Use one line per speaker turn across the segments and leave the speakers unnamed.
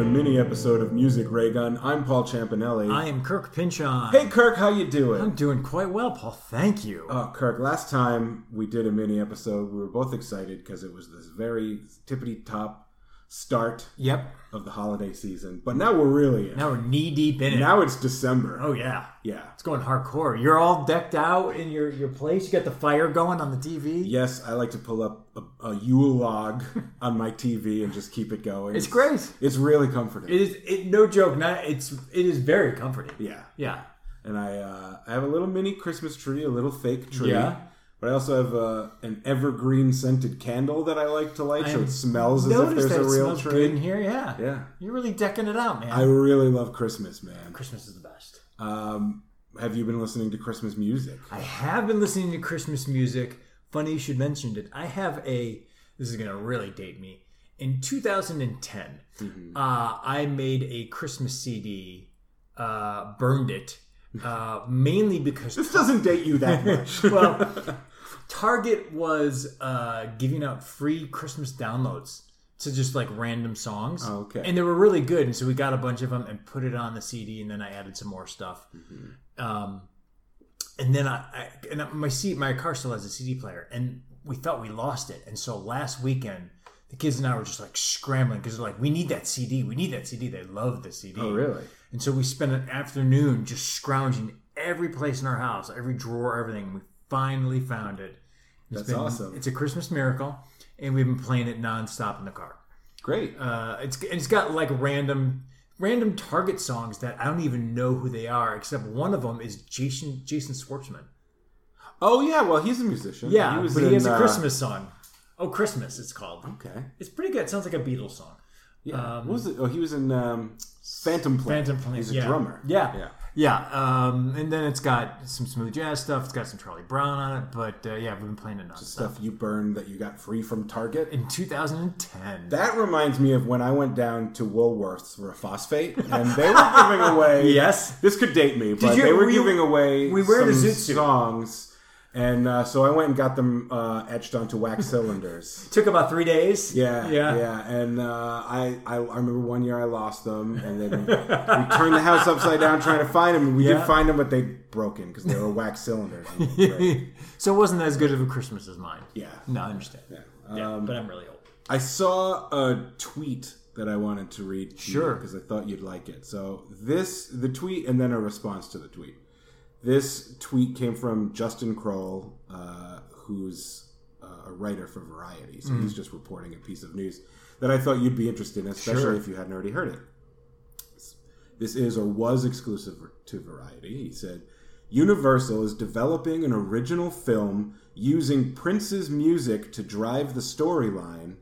episode of Music Raygun. I'm Paul Champanelli.
I am Kirk Pinchon.
hey Kirk, how you doing?
I'm doing quite well, Paul. Thank you.
Oh, Kirk, last time we did a mini episode, we were both excited because it was this very tippity top start
yep.
of the holiday season. But now we're really in.
Now we're knee deep in it.
Now it's December.
oh yeah,
Yeah.
it's going hardcore. You're all decked out in your your place. You got the fire going on the TV.
Yes, I like to pull up a, a Yule log on my TV and just keep it going.
It's great.
It's really comforting.
It is. It, no joke. Not. It's. It is very comforting.
yeah.
Yeah.
and I uh, I have a little mini Christmas tree, a little fake tree.
Yeah.
But I also have uh, an evergreen scented candle that I like to light, so
I
it smells as if
Notice
there's
that
a
it
real
smells good in
tree.
here. Yeah.
Yeah,
You're really decking it out, man.
I really love Christmas, man.
Christmas is the best.
Um, have you been listening to Christmas music?
I have been listening to Christmas music. Funny you should mention it. I have a. This is gonna really date me. In 2010, uh, I made a Christmas CD, uh, burned it, uh, mainly because
This doesn't date you that much.
well, Target was uh, giving out free Christmas downloads to just like random songs.
Oh, okay.
And they were really good. And so we got a bunch of them and put it on the CD. And then I added some more stuff.
Mm-hmm.
Um, and then I, I and my seat, my car still has a CD player. And we thought we lost it. And so last weekend, the kids and I were just like scrambling because they're like, we need that CD. We need that CD. They love the CD.
oh, really?
And so we spent an afternoon just scrounging every place in our house, every drawer, everything. We finally found it. It's
That's awesome.
It's a Christmas miracle, and we've been playing it nonstop in the car.
Great.
Uh, it's and it's got like random random Target songs that I don't even know who they are, except one of them is Jason Jason Schwartzman.
Oh yeah, well he's a musician.
Yeah,
was
but he
in,
has a
uh,
Christmas song. Oh, Christmas! It's called.
Okay.
It's pretty good. It sounds like a Beatles song.
Yeah. what was it? Oh, he was in um, Phantom Planet.
Phantom Planet.
He's a
yeah.
drummer.
Yeah.
Yeah.
Yeah. Yeah. Um, and then it's got some smooth jazz stuff. It's got some Charlie Brown on it. But uh, yeah, we've been playing it nonstop.
Stuff you burned that you got free from Target.
In 2010.
That reminds me of when I went down to Woolworths for a phosphate, and they were giving away.
Yes.
this could date me, but
you-
they were
were you-
giving away
we wear the
some
zoot suit.
songs, and uh, so I went and got them uh, etched onto wax cylinders.
Took about three days.
Yeah,
Yeah.
yeah, And uh, I, I, I remember one year I lost them, and then we turned the house upside down trying to find them. And we
Yeah.
did find them, but they broken because they were wax cylinders. Right.
so it wasn't as good of a Christmas as mine.
Yeah.
No, I understand. Yeah.
Um,
but I'm really old.
I saw a tweet that I wanted to read. To
Sure.
Because I thought you'd like it. So this, the tweet, and then a response to the tweet. This tweet came from Justin Kroll, uh, who's uh, a writer for Variety. So
Mm.
he's just reporting a piece of news that I thought you'd be interested in, especially
Sure.
if you hadn't already heard it. This is or was exclusive to Variety. He said, Universal is developing an original film using Prince's music to drive the storyline.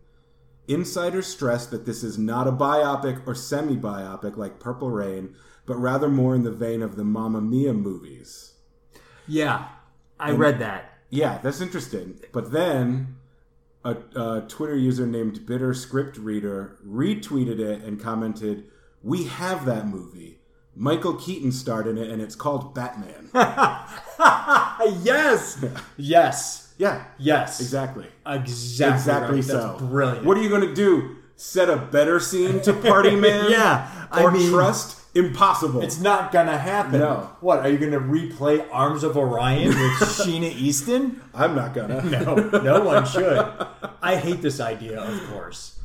Insiders stress that this is not a biopic or semi biopic like Purple Rain, but rather more in the vein of the Mamma Mia movies.
Yeah. I read that.
Yeah, that's interesting. But then a, a Twitter user named Bitter Script Reader retweeted it and commented, "We have that movie. Michael Keaton starred in it, and it's called Batman."
yes. Yes.
yeah,
Yes.
exactly,
Exactly.
exactly.
right.
so
That's brilliant.
What are you going to do? Set a better scene to Party Man?
Yeah, I
or
mean-
trust? Impossible.
It's not gonna happen.
No.
What are you gonna replay Arms of Orion with Sheena Easton?
I'm not gonna.
No, no one should. I hate this idea. Of course.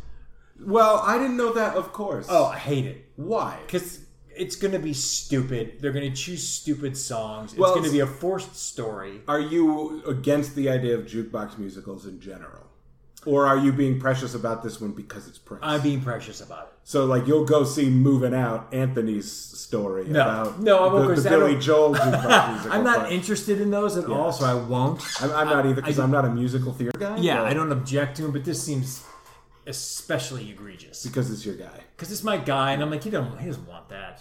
Well, I didn't know that. Of course.
Oh, I hate it
why?
because it's gonna be stupid. They're gonna choose stupid songs. It's
Well,
gonna
it's-
be a forced story.
Are you against the idea of jukebox musicals in general? Or are you being precious about this one because it's Prince?
I'm being precious about it.
so, like, you'll go see Moving Out, Anthony's story about
No, I won't go
the,
see-
the
I
Billy
don't-
Joel jukebox musical.
I'm not
but
interested in those at all, so I won't.
I'm, I'm not either because I'm not a musical theater guy.
Yeah,
but
I don't object to them, but this seems especially egregious
Because it's your guy.
because it's my guy, and I'm like, he don't, he doesn't want that.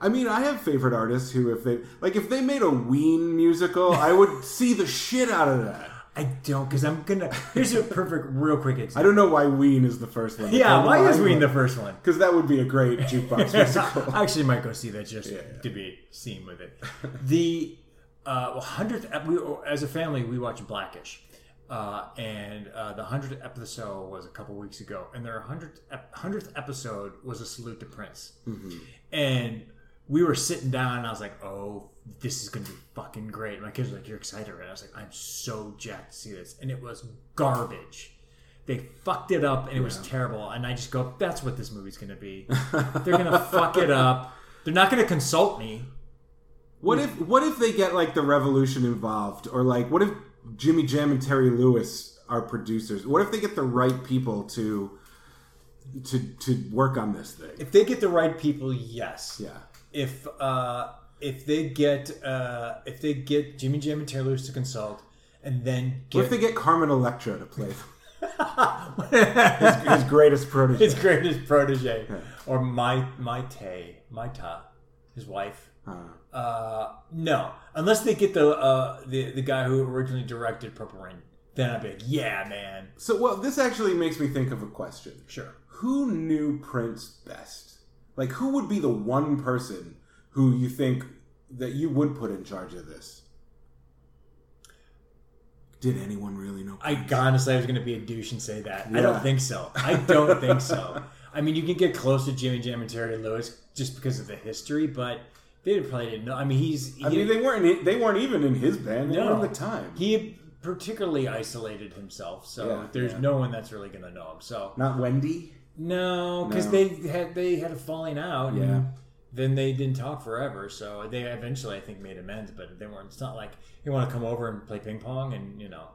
I mean, I have favorite artists who, if they like, if they made a Ween musical, I would see the shit out of that.
I don't, because I'm gonna. Here's a perfect, real quick example.
I don't know why Ween is the first one.
Yeah, why is Ween the first one?
Because that would be a great jukebox musical.
I actually might go see that just to be seen with it. The uh, well, 100th, ep- we, as a family, we watch Blackish. Uh, and uh, the 100th episode was a couple weeks ago. And their 100th, ep- 100th episode was a salute to Prince. And we were sitting down, and I was like, oh, this is going to be fucking great. My kids were like, you're excited, right? I was like, I'm so jacked to see this. And it was garbage. They fucked it up, and it was terrible. And I just go, that's what this movie's going to be. They're going to fuck it up. They're not going to consult me.
What if what if they get like the revolution involved, or like what if Jimmy Jam and Terry Lewis are producers? What if they get the right people to to to work on this thing?
If they get the right people, yes.
Yeah,
if uh, if they get uh, if they get Jimmy Jam and Taylor Lewis to consult, and then
what if
get
they get Carmen Electra to play his, his greatest protege?
his greatest protege or my my Tay my Ta, his wife.
Uh,
Uh, no, unless they get the uh, the the guy who originally directed Purple Rain, then I'd be like, yeah, man,
so well, this actually makes me think of a question.
sure.
who knew Prince best? Like, who would be the one person who you think that you would put in charge of this? Did anyone really know?
I honestly I was going to be a douche and say that. I
Yeah.
don't think so. I don't think so. I mean, you can get close to Jimmy Jam and Terry Lewis just because of the history, but they probably didn't know. I mean, he's he,
I mean, they weren't. They weren't even in his band. They
No.
were in the time.
he particularly isolated himself, so
Yeah,
there's
yeah.
no one that's really going to know him. So
Not Wendy.
no, because
No.
they had they had a falling out.
Yeah.
And then they didn't talk forever, so they eventually I think made amends, but they weren't. It's not like you want to come over and play ping pong and you know.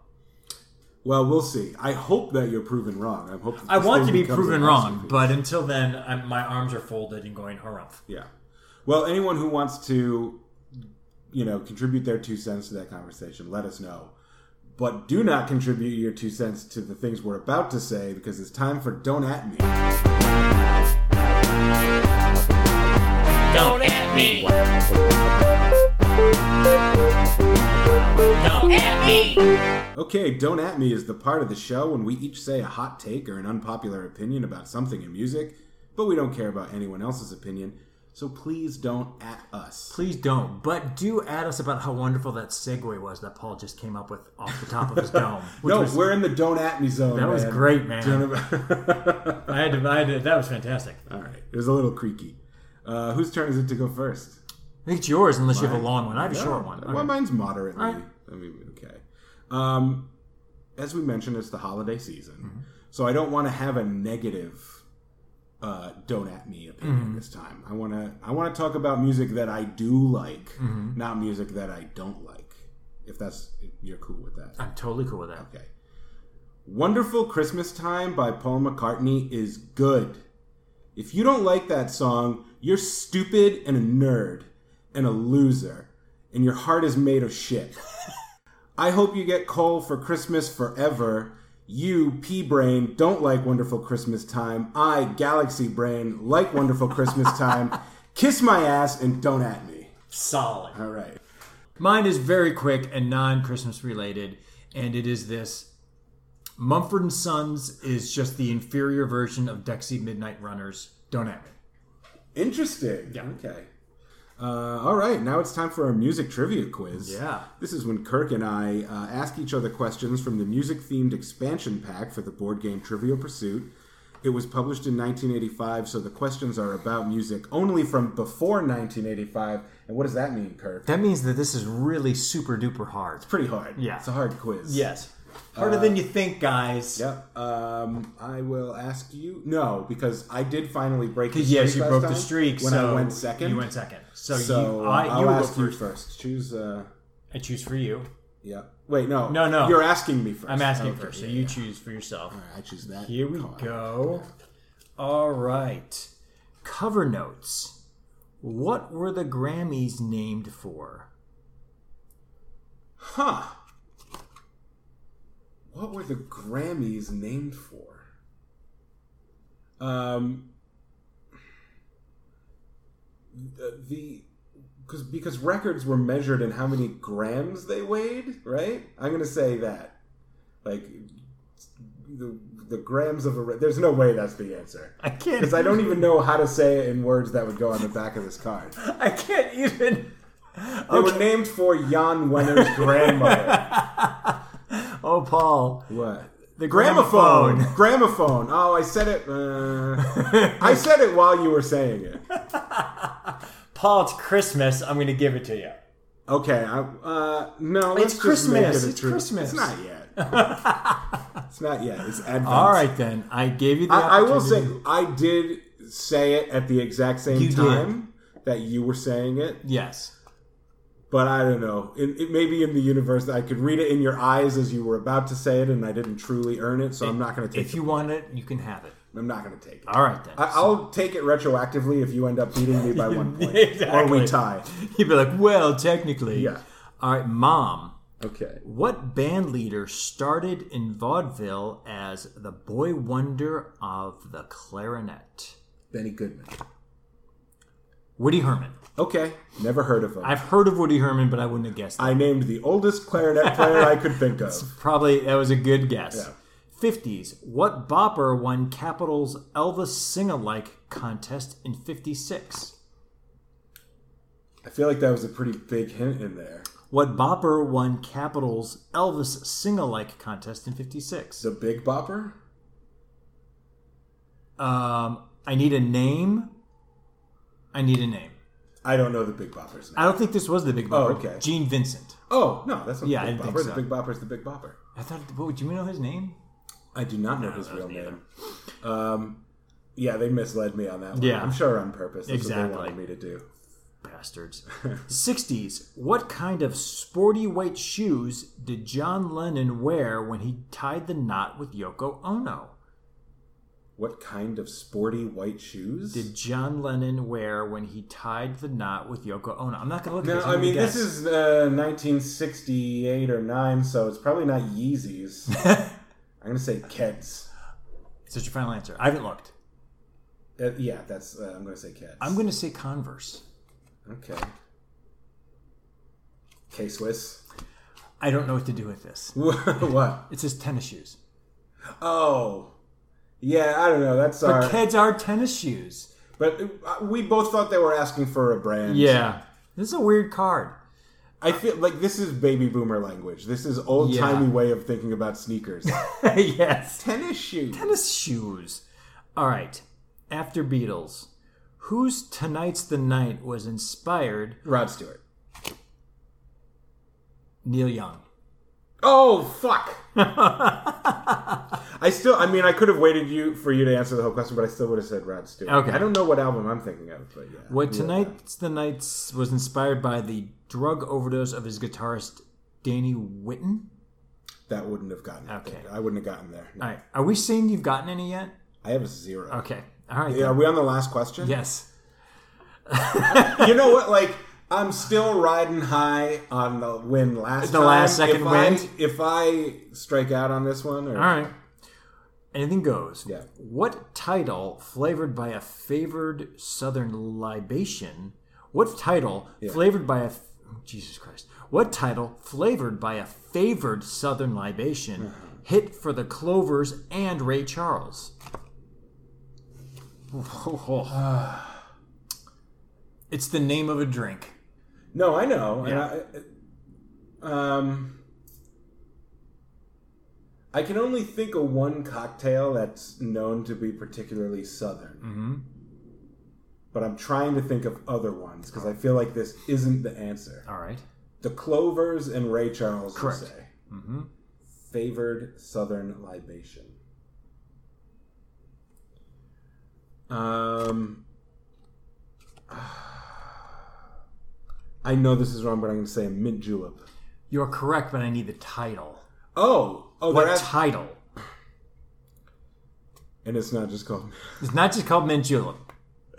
Well, we'll see. I hope that you're proven wrong. I hope. that
I
this
want
thing
to be
becomes a
proven wrong,
masterpiece.
but until then, I'm, my arms are folded and going harumph.
Yeah. Well, anyone who wants to, you know, contribute their two cents to that conversation, let us know. But do not contribute your two cents to the things we're about to say because it's time for Don't At Me.
Don't at me. Don't at me.
Okay, Don't At Me is the part of the show when we each say a hot take or an unpopular opinion about something in music, but we don't care about anyone else's opinion, so please don't at us.
Please don't, but do add us about how wonderful that segue was that Paul just came up with off the top of his dome. Which
No,
was,
we're in the Don't At Me zone.
that was
man.
great, man.
Don't-
I had, to, I had to, that was fantastic.
All right, it was a little creaky. Uh, whose turn is it to go first?
I think it's yours, unless you have a long one. I have a short one.
Well, mine's moderately.
Alright.
I mean, okay. Um, as we mentioned, it's the holiday season,
Mm-hmm.
so I don't want to have a negative uh, "don't at me" opinion
Mm-hmm.
this time. I want to I want to talk about music that I do like,
Mm-hmm.
not music that I don't like. If that's if you're cool with that,
I'm totally cool with that.
okay. "Wonderful Christmas Time" by Paul McCartney is good. If you don't like that song, you're stupid and a nerd and a loser, and your heart is made of shit. I hope you get coal for Christmas forever. You, pea brain, don't like wonderful Christmas time. I, galaxy brain, like wonderful Christmas time. Kiss my ass and don't at me.
Solid.
All right.
Mine is very quick and non-Christmas related, and it is this: Mumford and Sons is just the inferior version of Dexy Midnight Runners. Don't at me.
Interesting. Okay. Uh, all right, now it's time for our music trivia quiz.
Yeah.
This is when Kirk and I uh, ask each other questions from the music themed expansion pack for the board game Trivial Pursuit. It was published in 1985, so the questions are about music only from before 1985. And what does that mean, Kirk?
That means that this is really super duper hard.
Pretty hard.
Yeah.
It's a hard quiz.
Yes. Harder than you think, guys.
Yep. Um, I will ask you. No, because I did finally break the
Because
streak.
yes, you
last
broke the
time
streak.
When
so
I went second.
You went second. So,
So
you,
uh,
I, you
I'll
will
ask
go
you
first.
first. Choose. Uh,
I choose for you.
yeah. Wait. No.
No, no.
You're asking me first.
I'm asking
Okay,
first. So
yeah,
you
yeah.
choose for yourself.
All right, I choose that.
Here we
card.
go. All right. Cover notes. What were the Grammys named for?
Huh. What were the Grammys named for? Um. the- The. Because because records were measured in how many grams they weighed, right? I'm gonna say that, like, the the grams of a. re- There's no way that's the answer.
I can't.
Because I don't even know how to say it in words that would go on the back of this card.
I can't even.
They were named for Jan Wenner's grandmother.
Oh Oh, Paul.
What?
The
Gramophone.
gramophone.
Gramophone. Oh, I said it. Uh, I said it while you were saying it.
Paul, it's Christmas. I'm going to give it to you.
Okay. I, uh, no,
It's
let's just make
Christmas.
it a
It's
tru- It's
Christmas.
not yet. it's not yet. It's Advent.
All right, then. I gave you the
I, I will say
opportunity.
I did say it at the exact same
You did.
time that you were saying it,
Yes.
but I don't know. It, it may be in the universe that I could read it in your eyes as you were about to say it, and I didn't truly earn it, so I'm not going to take
If
it.
you want it, you can have it.
I'm not going to take it.
All right, then.
I, I'll take it retroactively if you end up beating me by one point, or
Exactly.
we tie.
You'd be like, well, technically.
Yeah.
All right, mom.
Okay.
What band leader started in vaudeville as the boy wonder of the clarinet?
Benny Goodman.
Woody Herman.
Okay. Never heard of him. I,
I've heard of Woody Herman, but I wouldn't have guessed that.
named the oldest clarinet player I could think of.
Probably that was a good guess.
Yeah.
50s. What bopper won Capitol's Elvis Sing Alike contest in 56?
I feel like that was a pretty big hint in there.
What bopper won Capitol's Elvis Sing Alike contest in 56?
The Big Bopper?
Um, I need a name. I need a name.
I don't know the Big Bopper's name.
I don't think this was the Big
Oh,
Bopper.
okay.
Gene Vincent.
Oh no, that's not the
Yeah, I
Big
didn't think
Bopper.
so.
The Big Bopper's the Big Bopper.
I thought, what, do you know his name?
I do not know his
don't know
real
either.
name. Um, yeah, they misled me on that one.
Yeah.
I'm sure on purpose. That's
Exactly.
what they wanted me to do.
Bastards. 60s. What kind of sporty white shoes did John Lennon wear when he tied the knot with Yoko Ono?
What kind of sporty white shoes?
Did John Lennon wear when he tied the knot with Yoko Ono? I'm not going to look at
no,
this. I'm
I
gonna
mean this
guess.
is uh, 1968 or nine, so it's probably not Yeezys. I'm gonna say Keds.
Is this your final answer? I haven't looked.
Uh, yeah, that's. Uh, I'm gonna say Keds.
I'm going to say Converse.
okay. K Swiss.
I don't know what to do with this.
what?
It says tennis shoes.
Oh, yeah. I don't know. That's our.
Kids are tennis shoes.
But uh, we both thought they were asking for a brand.
Yeah. This is a weird card.
I feel like this is baby boomer language. This is old timey
Yeah.
way of thinking about sneakers.
yes.
Tennis shoes.
Tennis shoes. All right. After Beatles, whose Tonight's the Night was inspired
Rod Stewart.
Neil Young?
Oh fuck. I still I mean I could have waited you for you to answer the whole question, but I still would have said Rod Stewart.
Okay.
I don't know what album I'm thinking of, but yeah.
What
Yeah.
Tonight's the Night was inspired by the drug overdose of his guitarist Danny Whitten?
That wouldn't have gotten
Okay.
okay. I wouldn't have gotten there.
All right. Are we saying you've gotten any yet?
I have a zero.
Okay. All right.
Yeah, are
then.
we on the last question?
Yes.
you know what? Like, I'm still riding high on the win last
The
time.
last second
if I-
wind?
if I strike out on this one, or,
All right. Anything goes.
Yeah.
What title, flavored by a favored Southern libation? What title, flavored by a f- Jesus Christ? What title, flavored by a favored Southern libation,
Uh-huh.
hit for the Clovers and Ray Charles? it's the name of a drink.
No, I know.
Yeah.
And I, um, I can only think of one cocktail that's known to be particularly southern. Mm-hmm. But I'm trying to think of other ones because I feel like this isn't the answer.
All right.
The Clovers and Ray Charles would
Correct. Mm-hmm.
say favored southern libation. Um, I know this is wrong, but I'm going to say a mint julep.
You're correct, but I need the title.
Oh, oh,
What
they're ask-
title?
and it's not just called.
It's not just called mint julep.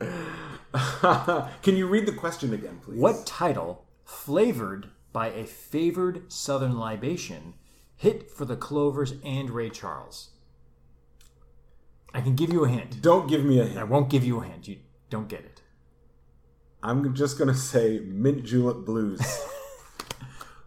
Can you read the question again, please?
What title, flavored by a favored Southern libation, hit for the Clovers and Ray Charles? I can give you a hint.
Don't give me a
I
hint.
won't give you a hint. You don't get it.
I'm just going to say mint julep blues.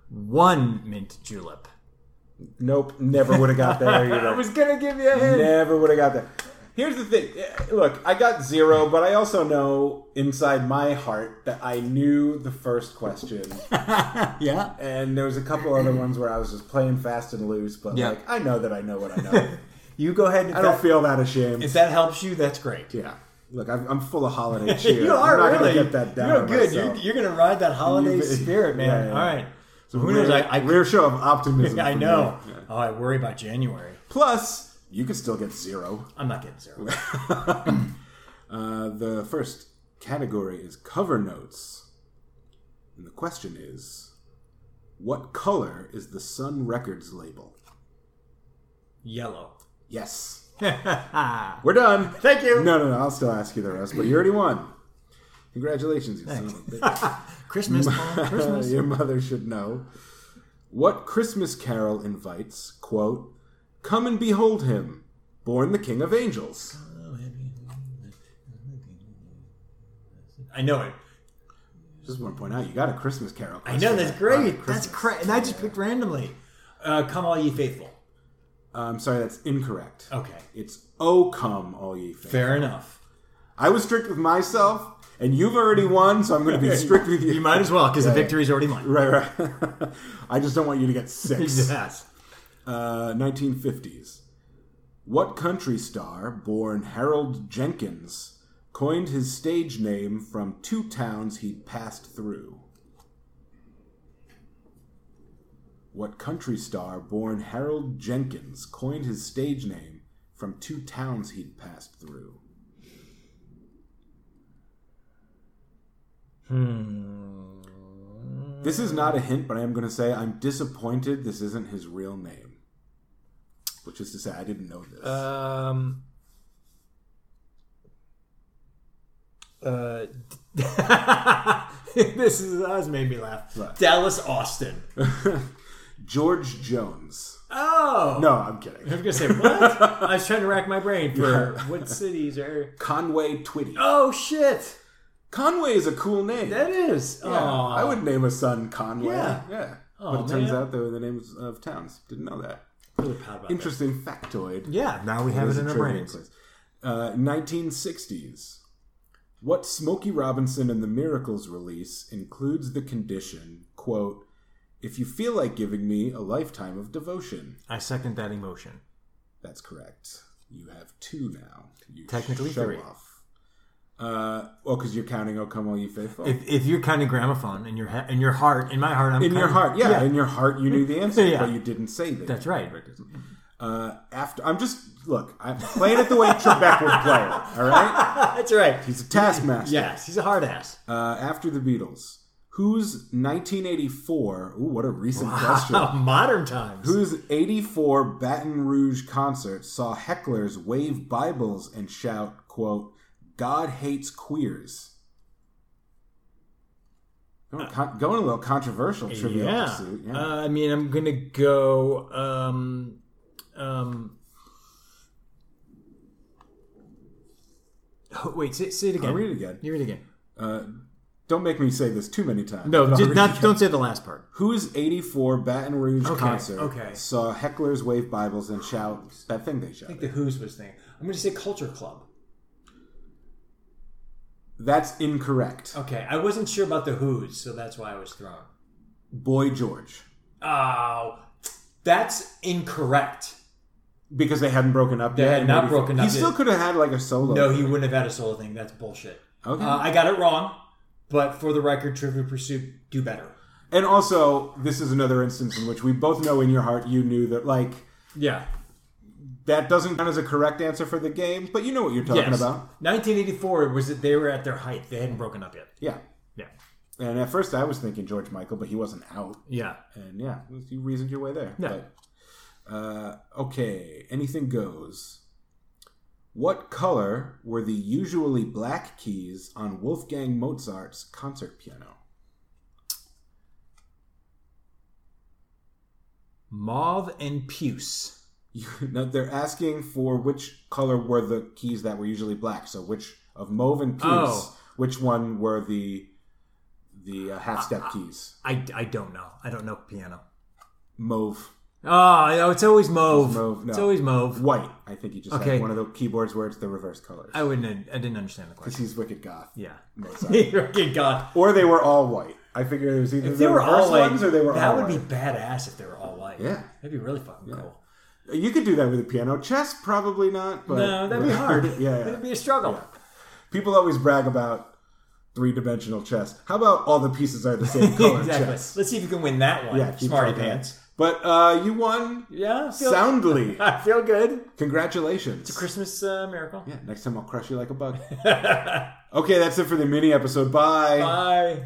One mint julep.
nope, never would have got there either.
gonna give you a
Never would have got that. Here's the thing. eh, Look, I got zero, but I also know inside my heart that I knew the first question,
yeah.
and there was a couple other ones where I was just playing fast and loose. But
Yeah.
like, I know that I know what I know.
You go ahead. If
I don't
that-
feel that ashamed.
if that helps you, that's great.
yeah. Look, I'm, I'm full of holiday cheer.
you are
I'm not
really.
gonna get that down.
you're
on
good.
myself.
You're, you're gonna ride that holiday
You've-
spirit, man.
Yeah, yeah.
All right. So who
Rare-
knows? I I,
rare show of optimism.
I
from
know.
you. Yeah.
Oh, I worry about January.
Plus, you could still get zero.
I'm not getting zero.
Uh, the first category is cover notes. And the question is What color is the Sun Records label?
Yellow.
Yes.
Thank
We're done.
you.
No, no, no. I'll still ask you the rest, but you already won. Congratulations, you son of a bitch.
Christmas. Paul, Christmas.
Your mother should know. What Christmas carol invites, quote, Come and behold him, born the King of Angels.
I know it.
Just want to point out, you got a Christmas carol.
I know that's great. That's
correct.
cra And I just picked randomly. Uh, Come all ye faithful.
I'm sorry, that's incorrect.
Okay.
It's O come, all ye faithful.
Oh. Fair enough.
I was strict with myself, and you've already won, so I'm going to be strict with you.
You might as well, because
Yeah.
the victory's already won.
Right, right. I just don't want you to get six.
Yes.
Uh, 1950s. What country star, born Harold Jenkins, coined his stage name from two towns he'd passed through? What country star, born Harold Jenkins, coined his stage name from two towns he'd passed through? This is not a hint, but I am going to say I'm disappointed this isn't his real name. Which is to say, I didn't know this.
Um. Uh, this is that's made me laugh.
What?
Dallas Austin.
George Jones.
Oh
No, I'm
I
kidding.
was gonna say what? I was trying to rack my brain for what cities are.
Conway Twitty.
Oh shit!
Conway is a cool name.
That is.
Yeah,
Aw.
I would name a son Conway.
Yeah.
but
Aw,
it turns
man.
out they were the names of towns. Didn't know that.
Really proud about that.
Interesting factoid.
Yeah, now we have
There's
it in
a
our
trivia
brains.
quiz. Uh, 1960s. What Smokey Robinson and the Miracles release includes the condition, quote, if you feel like giving me a lifetime of devotion.
I second that emotion.
That's correct. You have two now. You
Technically
show
three.
Off. Uh, well, because you're counting "O Come All Ye Faithful"
If, if you're counting gramophone in your he- in your heart, in my heart, I'm
in your
counting-
heart. Yeah, in your heart, you knew the answer,
Yeah.
but you didn't say that.
that's right.
Uh, after I'm just look. I'm playing it the way Trebek would play it. All right,
that's right.
he's a taskmaster.
Yes, he's a hard ass.
Uh, after the Beatles, who's 1984? Ooh, what a recent question.
Modern times.
Whose 84 Baton Rouge concert saw hecklers wave Bibles and shout, quote, God hates queers? Going, con- going a little controversial, Trivial
yeah.
Pursuit. Yeah.
Uh, I mean, I'm gonna go. Um, um, oh, wait, say, say it again.
I'll read it again.
You read it again.
Don't make me say this too many times.
No,
But I'll
just
read it
not.
again.
Don't say the last part.
Whose 84 Baton Rouge
Okay,
concert
okay.
saw hecklers wave Bibles and shout that thing they shout?
the Who's was thing. I'm gonna say Culture Club.
That's incorrect.
Okay, I wasn't sure about the Who's, so that's why I was thrown.
Boy George.
Oh, that's incorrect.
Because they hadn't broken up
They
yet.
had
in
not
84.
broken
He
up
still
yet.
could have had like a solo.
No, he wouldn't have had a solo thing. That's bullshit.
Okay.
Uh, I got it wrong, but for the record, Trivial Pursuit, do better.
And also, this is another instance in which we both know in your heart you knew that, like,
Yeah.
that doesn't count as a correct answer for the game, but you know what you're talking
Yes.
about.
1984 was that they were at their height. They hadn't broken up yet.
Yeah.
Yeah.
And at first I was thinking George Michael, but he wasn't out.
Yeah.
And yeah, you reasoned your way there.
Yeah.
But, uh, okay, anything goes. What color were the usually black keys on Wolfgang Mozart's concert piano?
Mauve and puce.
You, no, they're asking for which color were the keys that were usually black. So which of mauve and puce,
Oh.
which one were the the uh, half step keys?
I, I don't know. I don't know piano.
Mauve.
Oh, no, it's always mauve. It's,
mauve, no.
always mauve.
White. I think you just
Okay.
have one of the keyboards where it's the reverse colors.
I wouldn't. I didn't understand the question.
He's wicked goth.
Yeah.
Mozart.
Good God.
or they were all white. I figure it was either
If
the
they were all
reverse
white,
ones or they were
that
all
would
white.
be badass if they were all white.
Yeah.
That'd be really fucking cool.
You could do that with a piano. Chess, probably not. But
No, that'd be hard.
yeah, yeah.
That'd be a struggle.
People always brag about three dimensional chess. How about all the pieces are the same color
exactly.
chess?
Let's see if you can win that one.
Yeah, keep
Smarty
trying that.
pants.
But uh, you won
Yeah. I feel-
soundly.
I feel good.
Congratulations.
Christmas uh, miracle.
yeah, next time I'll crush you like a bug. okay, that's it for the mini episode. Bye.
Bye.